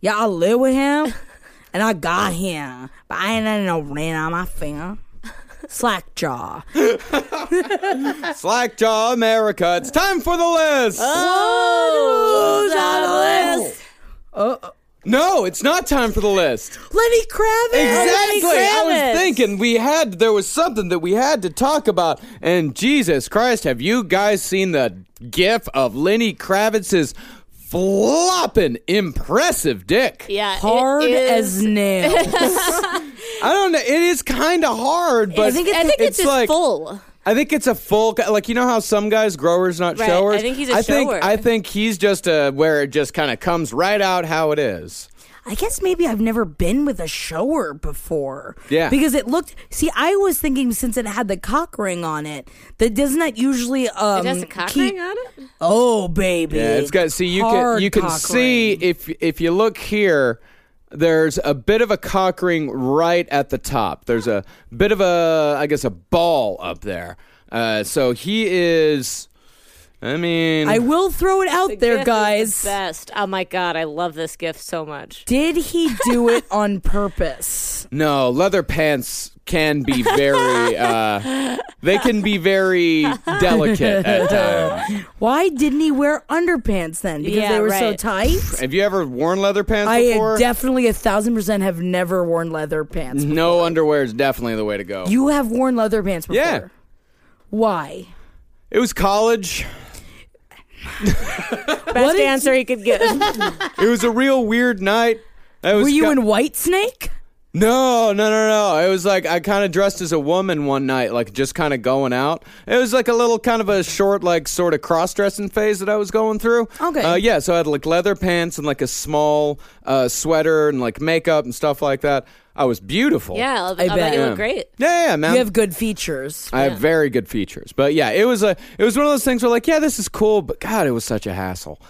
Yeah, I live with him, and I got him, but I ain't had no ring on my finger. Slack jaw. Slackjaw America. It's time for the list. Oh, no, it's not time for the list. Lenny Kravitz. Exactly. I Kravitz. was thinking we had there was something that we had to talk about, and Jesus Christ, have you guys seen the GIF of Lenny Kravitz's flopping impressive dick? yeah. it Hard is- as nails. I don't know. It is kind of hard, but I think it's, I think it's, just like full. I think it's a full like you know how some guys growers not Right, I showers. think he's a I think, shower. I think he's just a where it just kind of comes right out how it is. I guess maybe I've never been with a shower before. Yeah. Because it looked. See, I was thinking since it had the cock ring on it, that doesn't that usually um It has a cock keep- ring on it. Oh baby. Yeah, it's got see you Hard can you can cock see ring. if if you look here there's a bit of a cock ring right at the top. There's a bit of a I guess a ball up there. Uh, so he is I mean, I will throw it out This there, is guys. the best. Oh my god, I love this gift so much. Did he do it on purpose? no, leather pants can be very. uh They can be very delicate at times. Why didn't he wear underpants then? Because Yeah, they were so right. tight. Have you ever worn leather pants I before? definitely a thousand percent have never worn leather pants. no underwear is definitely the way to go. You have worn leather pants before. yeah, Why? it was college. Best answer he could give. It was a real weird night. I was Were you go- in White Snake? No, no, no, no. It was like I kind of dressed as a woman one night, like just kind of going out. It was like a little kind of a short, like sort of cross dressing phase that I was going through. Okay. Uh, yeah, so I had like leather pants and like a small uh, sweater and like makeup and stuff like that. I was beautiful. yeah, I'll, I I bet bet. you Yeah. look great. Yeah, yeah, man. You have good features. I have very good features, but yeah, it was a it was one of those things where like, yeah, this is cool, but God, it was such a hassle.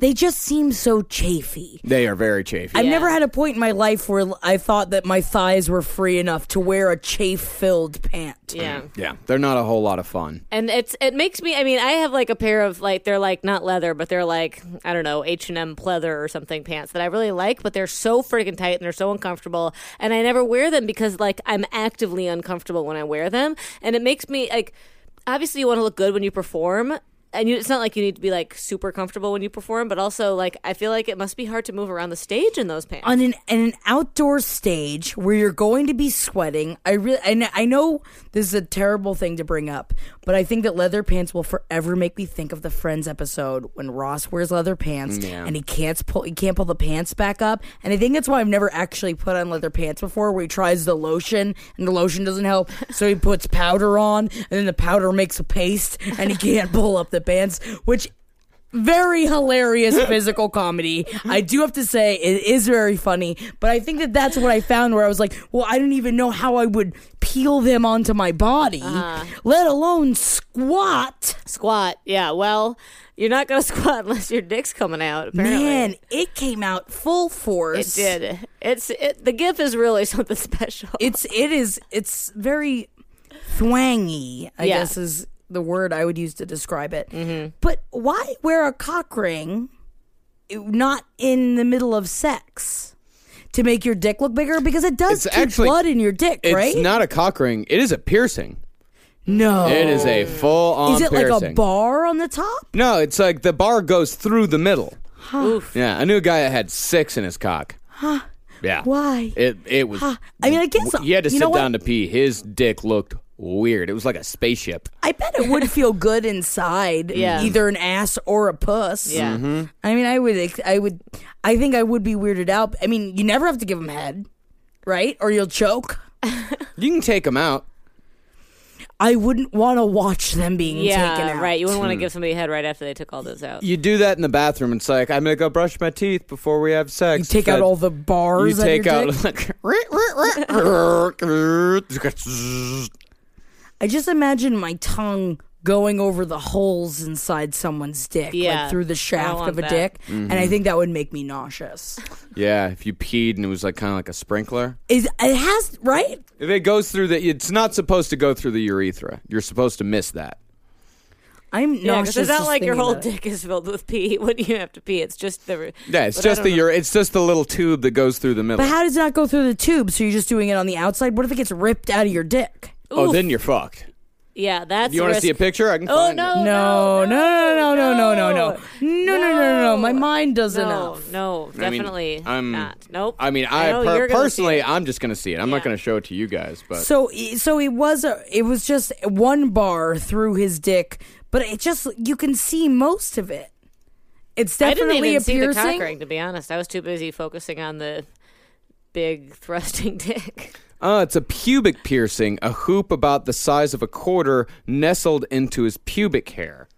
They just seem so chafy. They are very chafy. I've never had a point in my life where l- I thought that my thighs were free enough to wear a chafe filled pant. Yeah. yeah, they're not a whole lot of fun. And it's it makes me I mean, I have like a pair of like they're like not leather, but they're like I don't know, H&M pleather or something pants that I really like, but they're so freaking tight and they're so uncomfortable, and I never wear them because like I'm actively uncomfortable when I wear them, and it makes me like obviously you want to look good when you perform. And you, it's not like you need to be like super comfortable when you perform, but also like I feel like it must be hard to move around the stage in those pants. on an, in an outdoor stage where you're going to be sweating. I really, I kn- I know this is a terrible thing to bring up, but I think that leather pants will forever make me think of the Friends episode when Ross wears leather pants and he can't pull, he can't pull the pants back up. And I think that's why I've never actually put on leather pants before, where he tries the lotion and the lotion doesn't help, so he puts powder on, and then the powder makes a paste, and he can't pull up the pants, which very hilarious physical comedy. I do have to say it is very funny, but I think that that's what I found where I was like, well, I didn't even know how I would peel them onto my body, Uh-huh. let alone squat. Squat, yeah. Well, you're not gonna squat unless your dick's coming out. Apparently, Man, it came out full It force. did. It's it, the GIF is really something special. It's it is it's very thwangy. I Yeah. Mm-hmm. guess is the word I would use to describe it. But why wear a cock ring not in the middle of sex? To make your dick look bigger because it does It's keep actually- blood in your dick, It's right? not a cock ring. It is a piercing. no, It is a full on. Oh. Is it piercing. like a bar on the top? No, it's like the bar goes through the middle. Yeah, I knew a guy that had six in his cock. Yeah. Why? It it was. I mean, I guess He had to you sit know what? down to pee. His dick looked weird. It was like a spaceship. I bet it would feel good inside, Yeah. either an ass or a puss. Mm-hmm. Yeah. I mean, I would, ex- I would, I think I would be weirded out. I mean, you never have to give them head, right? Or you'll choke. You can take him out. I wouldn't want to watch them being taken yeah, out. right. You wouldn't want to Hmm. give somebody a head right after they took all those out. You do that in the bathroom. It's like I'm gonna go brush my teeth before we have sex. You take But out all the You bars. on take your out dick. like. I just imagine my tongue going over the holes inside someone's dick, Yeah. like through the I don't shaft want of a that. dick, and I think that would make me nauseous. yeah, if you peed and it was like kind of like a sprinkler. Is it has right? If it goes through the, it's not supposed to go through the urethra. You're supposed to miss that. I'm Yeah, nauseous. because it's not just like your thinking whole about it. dick is filled with pee when you have to pee. It's just the Yeah, it's but I just the don't know. ure- it's just the little tube that goes through the middle. But how does it not go through the tube? So you're just doing it on the outside. What if it gets ripped out of your dick? oh, then you're fucked. yeah. That's Do you want to risk. see a picture? I can. Oh find no, It. no, no, no, no, no, no, no, no, no, no, no, no, no. My mind does no, enough. No, I mean, definitely I'm- not. Nope. I mean, I, know per- you're gonna see personally, it. I'm just gonna see it. I'm not Yeah. gonna show it to you guys, but So, e, so it was a, it was just one bar through his dick, but it just you can see most of it. It's I didn't definitely even a see the piercing. cock ring. To be honest, I was too busy focusing on the big thrusting dick. uh, it's a pubic piercing, a hoop about the size of a quarter nestled into his pubic hair.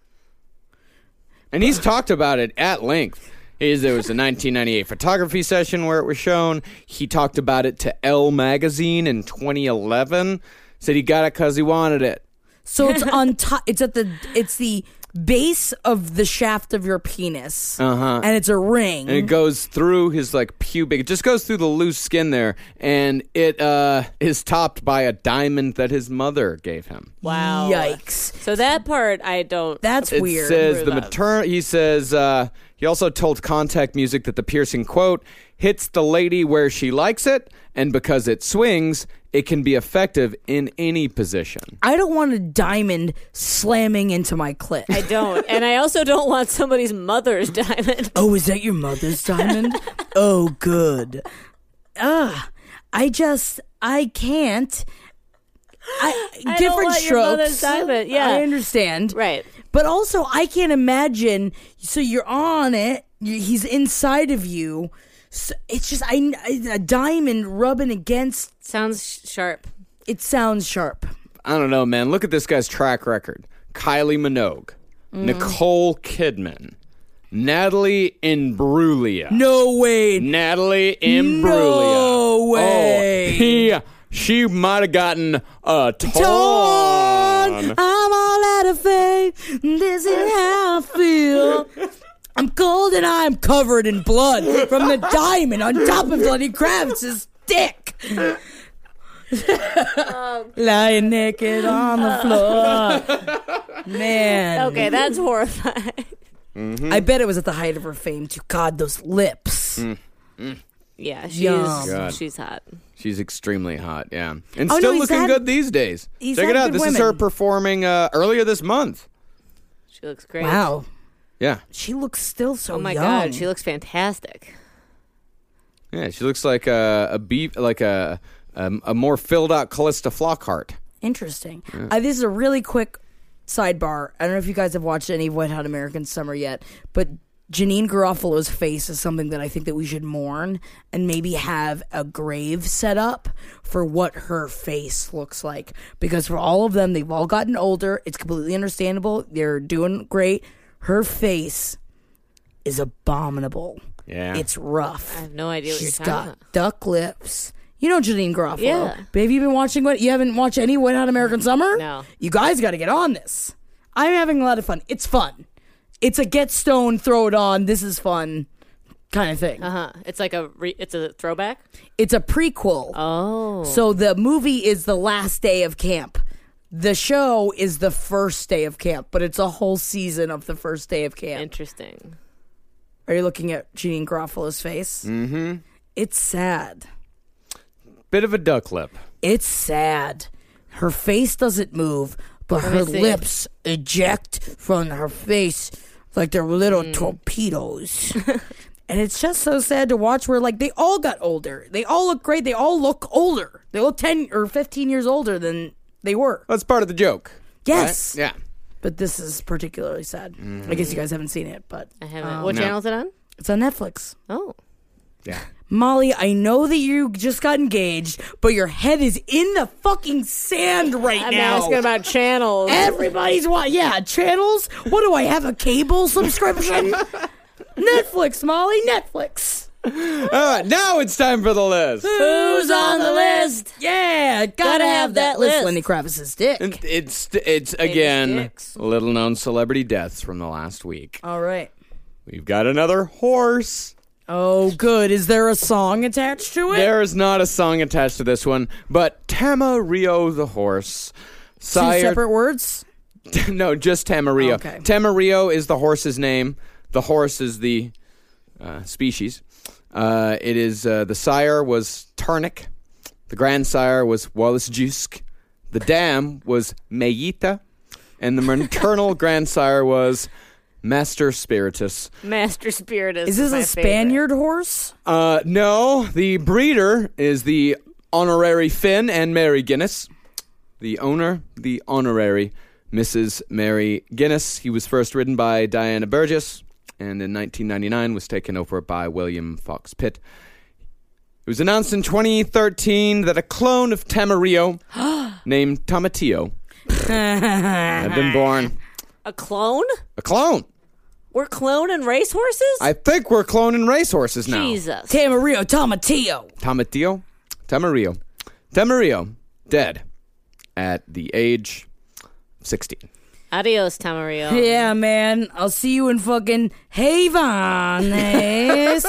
And he's talked about it at length. Is there was a 1998 photography session where it was shown. He talked about it to Elle magazine in 2011. Said he got it because he wanted it. So it's on top. It's at the it's the base of the shaft of your penis, uh-huh. and it's a ring. and it goes through his like pubic. It just goes through the loose skin there, and it uh, is topped by a diamond that his mother gave him. wow! Yikes! So that part I don't. That's It weird. says Screw the that. maternal. He says uh, he also told Contact Music that the piercing quote hits the lady where she likes it, and because it swings, it can be effective in any position. I don't want a diamond slamming into my clit. I don't, and I also don't want somebody's mother's diamond. oh, is that your mother's diamond? oh, good. Ugh. I just I can't. I, I different don't want your strokes. mother's diamond, yeah. I understand. Right. But also, I can't imagine. So you're on it. you- He's inside of you. So it's just I, I- a diamond rubbing against. Sounds sh- sharp. It sounds sharp. I don't know, man. Look at this guy's track record: Kylie Minogue, Mm. Nicole Kidman, Natalie Imbruglia. No way. Natalie Imbruglia. No way. Oh, he, she might have gotten a Torn. ton. I'm all out of faith. This is how I feel. I'm cold and I'm covered in blood from the diamond on top of Lenny Kravitz's dick. Lying naked on the floor. Man. Okay, that's horrifying. I bet it was at the height of her fame too. God, those lips. Yeah, Yum. she's God. she's hot. She's extremely hot, yeah, and Oh, still no, he's looking had- good these days. he's Check had it out. good This is her women. performing uh, earlier this month. She looks great. Wow. Yeah, She looks still so Oh my young. god, she looks fantastic. yeah, she looks like a, a beef, like a, a a more filled out Callista Flockhart. Interesting. Uh, this is a really quick sidebar. I don't know if you guys have watched any of Wet Hot American Summer yet, but Janine Garofalo's face is something that I think that we should mourn and maybe have a grave set up for what her face looks like. Because for all of them, they've all gotten older. It's completely understandable. They're doing great. Her face is abominable. Yeah. It's rough. I have no idea what She's you're got talking about. duck lips. You know Janine Garofalo. Yeah. Babe, you been watching what? You haven't watched any Wet Hot American Summer? No. You guys got to get on this. I'm having a lot of fun. It's fun. It's a get stone, throw it on. This is fun kind of thing. Uh huh. It's like a re- it's a throwback. It's a prequel. Oh, So the movie is the last day of camp. The show is the first day of camp, but it's a whole season of the first day of camp. interesting. Are you looking at Janine Garofalo's face? Mm-hmm. It's sad. Bit of a duck lip. It's sad. Her face doesn't move, but her me see. lips eject from her face like they're little Hmm. torpedoes. and it's just so sad to watch where like they all got older. They all look great. They all look older. They look 10 or 15 years older than they were. That's part of the joke. right? Yes. Yeah. But this is particularly sad. I Mm-hmm. guess you guys haven't seen it, but I haven't. what channel is it on? it's on Netflix. Oh, Yeah. Molly, I know that you just got engaged, but your head is in the fucking sand right I'm now. asking about channels. Everybody's watching. Yeah, channels. What do I have? A cable subscription? Netflix, Molly. Netflix. All right, now it's time for the list. Who's on the list? Yeah, gotta, have, have that, that list. list. Lenny Kravitz's dick. And It's it's again dicks. little known celebrity deaths from the last week. All right. We've got another horse. Oh, good. Is there a song attached to it? There is not a song attached to this one, but Tamarillo the horse. Two Sire, separate words. no, just Tamarillo. Okay. Tamarillo is the horse's name. The horse is the uh, species. Uh, it is uh, the sire was Tarnik. The grandsire was Wallace Jusk. The dam was Mayita, and the maternal grandsire was Master Spiritus. Master Spiritus. Is this my a Spaniard horse? Uh, no, the breeder is the honorary Finn and Mary Guinness. The owner, the honorary Mrs. Mary Guinness. He was first ridden by Diana Burgess and in 1999 was taken over by William Fox Pitt. It was announced in 2013 that a clone of Tamarillo named Tomatillo had been born. favorite. A clone? A clone. We're clone and race horses? I think we're cloning racehorses now. Jesus. Tamarillo Tomatillo. Tomatillo, Tamarillo, Tamarillo, dead at the age of 16. Adios, Tamarillo. Yeah, man. I'll see you in fucking Havanes.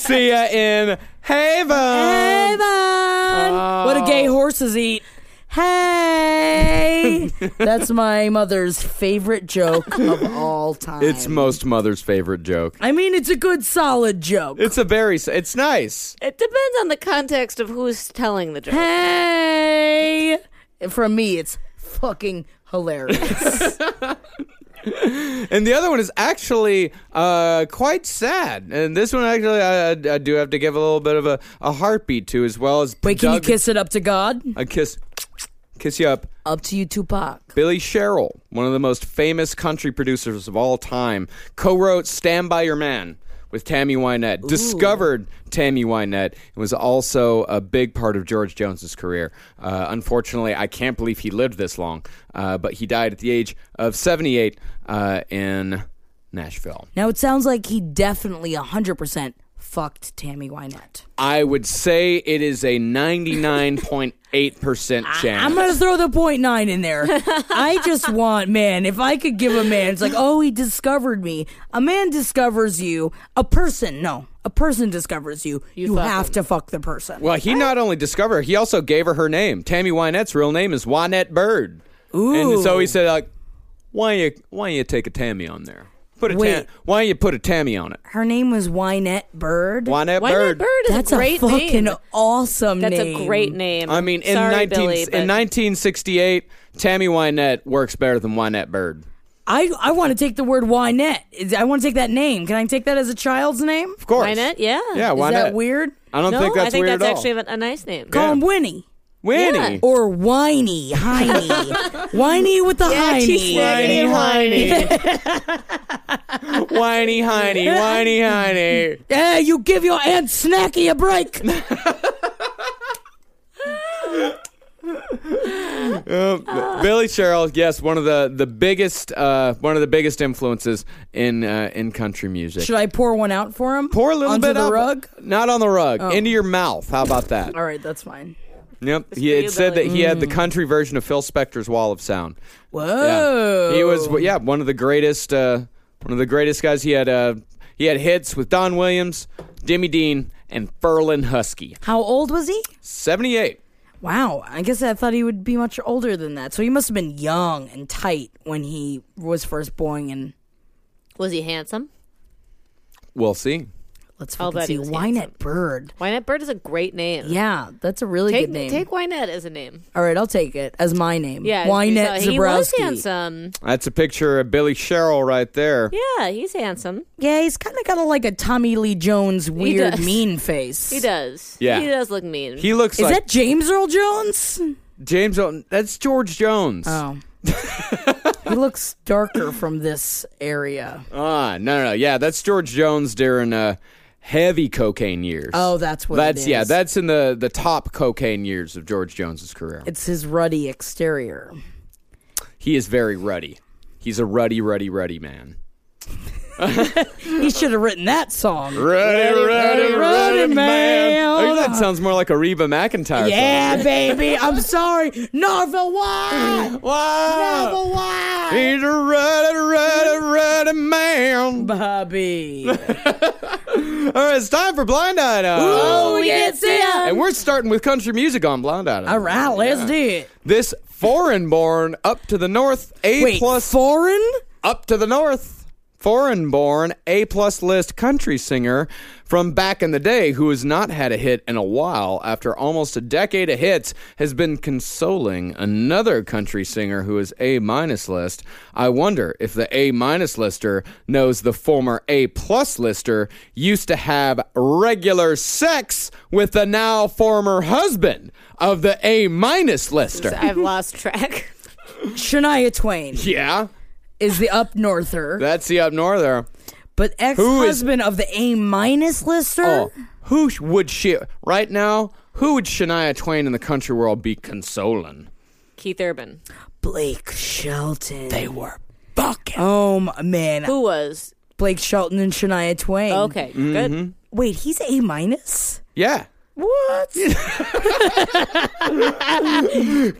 See ya in Haven. Haven. what do Oh. gay horses eat? Hey, that's my mother's favorite joke of all time. It's most mother's favorite joke. I mean, it's a good, solid joke. It's a very. s- It's nice. It depends on the context of who's telling the joke. hey, from me, it's fucking hilarious. And the other one is actually uh, quite sad. And this one actually I, I- I do have to give a little bit of a, a heartbeat to as well as Wait, can you Doug- kiss it up to God? a kiss kiss you up. Up to you, Tupac. Billy Sherrill, one of the most famous country producers of all time, co-wrote "Stand by Your Man" with Tammy Wynette. Discovered Tammy Wynette and was also a big part of George Jones's career. Uh, unfortunately, I can't believe he lived this long, uh, but he died at the age of 78 uh, in Nashville. Now it sounds like he definitely 100% fucked Tammy Wynette. I would say it is a 99.8% chance. I'm gonna throw the point nine in there. I just want, man, if I could give a man, it's like, oh, he discovered me. A man discovers you. A person, no, a person discovers you. You, fuck have him. to fuck the person. well, he not only discovered her, he also gave her her name. Tammy Wynette's real name is Wynette Bird. And so he said, like, why don't you, why don't you take a Tammy on there? Put a Wait. tam- why don't you put a Tammy on it? Her name was Wynette Bird. Wynette Why Bird. Bird is That's a great fucking name. awesome That's name. a great name. I mean, in, Sorry, 19, Billy, but in 1968, Tammy Wynette works better than Wynette Bird. I I want to take the word Wynette. Is- I want to take that name. Can I take that as a child's name? Of course. Wynette, Oh, yeah. Yeah, Is Wynette. that weird? I don't no, think that's I think weird that's at actually all. a, a nice name. Call him Winnie. Winnie. Or whiny, hiney, whiny with the Yeah, hiney. she's Whiny hiney. whiny hiney, whiny hiney. Hey, you give your aunt Snacky a break. Billy Sherrill, yes, one of the the biggest uh, one of the biggest influences in uh, in country music. Should I pour one out for him? Pour a little Onto bit the up- rug. Oh. not on the rug, into your mouth. How about that? All right, Mm. that's fine. Yep, for he had you, said Billy. that he had the country version of Phil Spector's Wall of Sound. Whoa. Yeah. He Oh. was yeah one of the greatest uh, one of the greatest guys. He had uh, he had hits with Don Williams, Jimmy Dean, and Ferlin Husky. How old was he? Seventy eight. Wow, I guess I thought he would be much older than that. So he must have been young and tight when he was first born. And Was he handsome? We'll see. let's I'll fucking bet he see. was Wynette Bird. Wynette Bird is a great name. Yeah, that's a really Take, good name. take Wynette as a name. All right, I'll take it as my name. Yeah. Wynette he's, uh, He was Zabrowski. handsome. That's a picture of Billy Sherrill right there. Yeah, he's handsome. Yeah, he's kind of got a, like a Tommy Lee Jones weird does. mean face. He does. Yeah. He does look mean. He looks Is like that James Earl Jones? James. Elton- That's George Jones. Oh. he looks darker from this area. Ah, no, no, no, yeah, that's George Jones during uh, heavy cocaine years. Oh, that's what it that's yeah, is. that's in the the top cocaine years of George Jones's career. It's his ruddy exterior. he is very ruddy. He's a ruddy, ruddy, ruddy man. He should have written that song. Ruddy, ruddy, ruddy man. Oh, that sounds more like a Reba McIntyre. Yeah, baby. I'm sorry. Norville, why? Song. Wow. Norville, why? He's a ruddy, ruddy, ruddy man. All Bobby. right, it's time for Blind Item. Oh, yes, yeah. And we're starting with country music on Blind Item. All right, let's do it. This foreign born up to the north, A Wait, plus foreign? up to the north. Foreign born A plus list country singer from back in the day who has not had a hit in a while after almost a decade of hits has been consoling another country singer who is A minus list. I wonder if the A minus lister knows the former A plus lister used to have regular sex with the now former husband of the A minus lister. I've lost track. Shania Twain Yeah, is the up norther, that's the up norther. but ex husband of the A minus lister. Oh, who sh- would she right now? Who would Shania Twain in the country world be consoling? Keith Urban. Blake Shelton. They were fucking. Oh my- man, Who was? Blake Shelton and Shania Twain. Okay, Mm-hmm. good. wait, he's A minus. Yeah, What?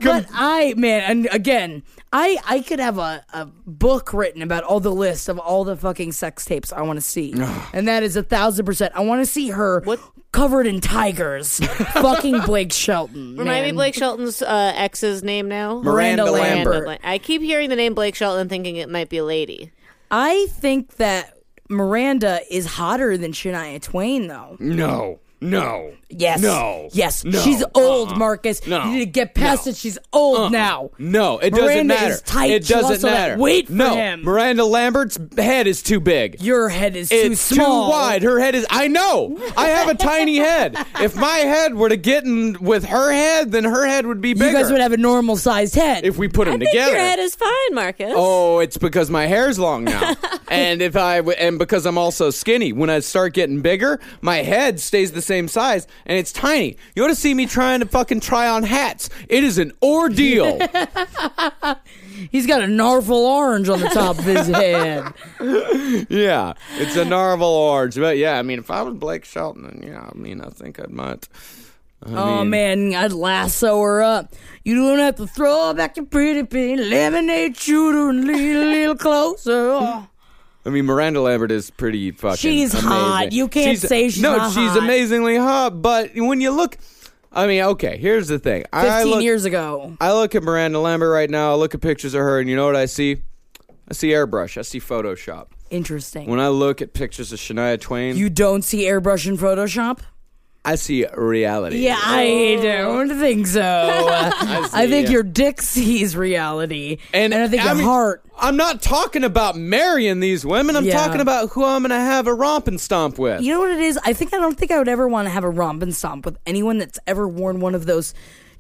But I, man, and again, I I could have a, a book written about all the lists of all the fucking sex tapes I want to see, and that is a thousand percent. I want to see her covered in tigers, fucking Blake Shelton. Remind me man. Blake Shelton's uh, ex's name now. Miranda Miranda Lambert. Lambert. Lambert. I keep hearing the name Blake Shelton and thinking it might be a lady. I think that Miranda is hotter than Shania Twain, though. No. No. Yes. No. Yes. No. She's old, Uh-uh. Marcus. No. You need to get past No. it. She's old Uh-uh. now. No, it doesn't Miranda matter. Is tight. It She doesn't lost all that matter. weight for no, him. Miranda Lambert's head is too big. Your head is too it's small. wide. Her head is. I know. I have a tiny head. If my head were to get in with her head, then her head would be You bigger. guys would have a normal sized head. if we put them together. Your head is fine, Marcus. Oh, it's because my hair's long now, and if I w- and because I'm also skinny. When I start getting bigger, my head stays the same size, and it's tiny. You ought to see me trying to fucking try on hats. It is an ordeal. He's got a narval orange on the top of his head. yeah, it's a narval orange. But yeah, I mean, if I was Blake Shelton, then yeah, I mean, I think I might. I oh mean, man, I'd lasso her up. You don't have to throw back your pretty pink lemonade shooter and lean a little closer. Oh. I mean, Miranda Lambert is pretty fucking. She's amazing. hot. You can't say she's no. not she's hot. amazingly hot, but when you look, I mean, okay, here's the thing. I Fifteen look, years ago. I look at Miranda Lambert right now. I look at pictures of her, and you know what I see? I see airbrush. I see Photoshop. Interesting. When I look at pictures of Shania Twain, you don't see airbrush in Photoshop? I see reality. Yeah, Oh. I don't think so. I, think yeah. your dick sees reality, and, I think your mean, heart. I'm not talking about marrying these women. I'm Yeah. talking about who I'm going to have a romp and stomp with. You know what it is? I think I don't think I would ever want to have a romp and stomp with anyone that's ever worn one of those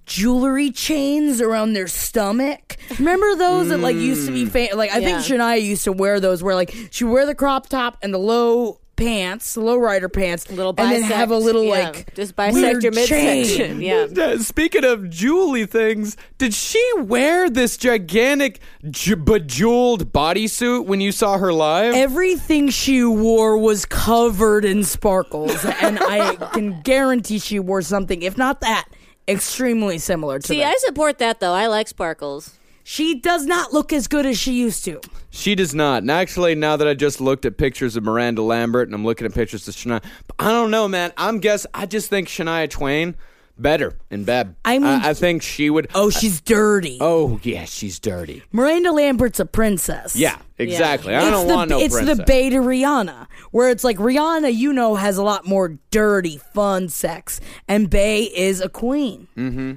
jewelry chains around their stomach. Remember those that like used to be fa- like I think Yeah. Shania used to wear those where like she would wear the crop top and the low pants, the low rider pants, little and then bisect, have a little yeah. like just bisect weird your midsection. chain. Yeah. Uh, Speaking of jewelry things, did she wear this gigantic j- bejeweled bodysuit when you saw her live? Everything she wore was covered in sparkles, and I can guarantee she wore something, if not that, extremely similar to See, that. I support that though. I like sparkles. she does not look as good as she used to. She does not. And actually, now that I just looked at pictures of Miranda Lambert and I'm looking at pictures of Shania, I don't know, man. I'm guess I just think Shania Twain better in bed. I mean- I, I think she would. Oh, she's dirty. Oh yeah, she's dirty. Miranda Lambert's a princess. Yeah, exactly. I it's don't the, want no It's princess. the beta Rihanna, where it's like Rihanna, you know, has a lot more dirty, fun sex, and Bay is a queen. Mm. Mm-hmm.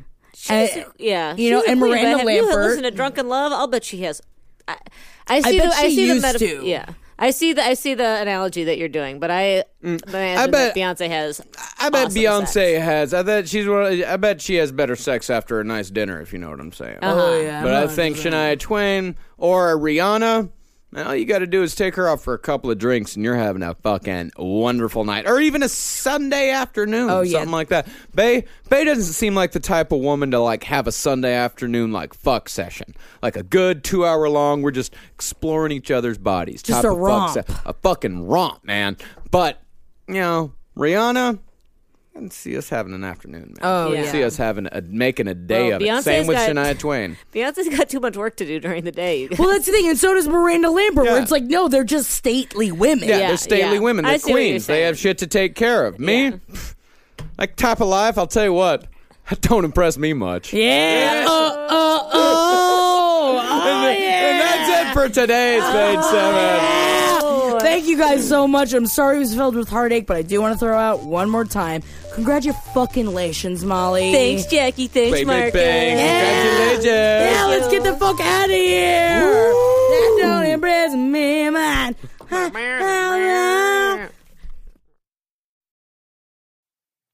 Yeah, You know, she's a and queen, Miranda but have you Lambert- listened to Drunken Love? I'll bet she has. I, I see. bet the, I she see the used meta- to. Yeah, I see the. I see the analogy that you're doing, but I, Mm. but I, imagine bet- that Beyonce has. I bet awesome Beyonce sex. has. I bet she's. one- I bet she has better sex after a nice dinner, if you know what I'm saying. Oh, yeah. But I'm I not think Shania Twain or a Rihanna, man, all you got to do is take her out for a couple of drinks and you're having a fucking wonderful night. Or even a Sunday afternoon, Oh, yeah. something like that. Bay, Bay doesn't seem like the type of woman to like have a Sunday afternoon like fuck session. Like a good two hour long, we're just exploring each other's bodies. Just a type of fuck romp. se- a fucking romp, man. But, you know, Rihanna. I can see us having an afternoon, man. Oh, yeah. See us having a making a day Well, of it. Beyonce's Same with got- Shania Twain. Beyonce's got too much work to do during the day. you guys. Well, that's the thing, and so does Miranda Lambert. Where Yeah. it's like, no, they're just stately women. Yeah, Yeah, they're stately yeah. women. I They're see what you're queens. They have saying. shit to take care of. Me, Pff, like top of life. I'll tell you what, that don't impress me much. Yeah. Uh, oh, uh, oh. And, oh th- and that's it for today's page seven. Oh, Thank you guys so much. I'm sorry it was filled with heartache, but I do want to throw out one more time. Congratulations, Molly. thanks, Jackie. Thanks, Big, big, Marcus. bang. Congratulations. Yeah, let's get the fuck out of here. That don't impress me, man.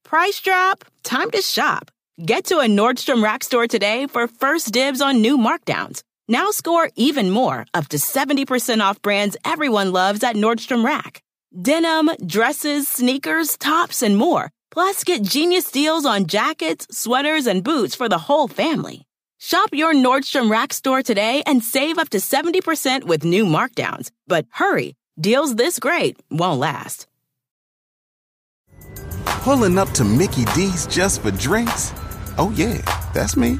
Price drop? Time to shop. Get to a Nordstrom Rack store today for first dibs on new markdowns. Now score even more, up to 70% off brands everyone loves at Nordstrom Rack. Denim, dresses, sneakers, tops, and more. Plus, get genius deals on jackets, sweaters, and boots for the whole family. Shop your Nordstrom Rack store today and save up to 70% with new markdowns. But hurry, deals this great won't last. Pulling up to Mickey D's just for drinks? Oh, yeah, That's me.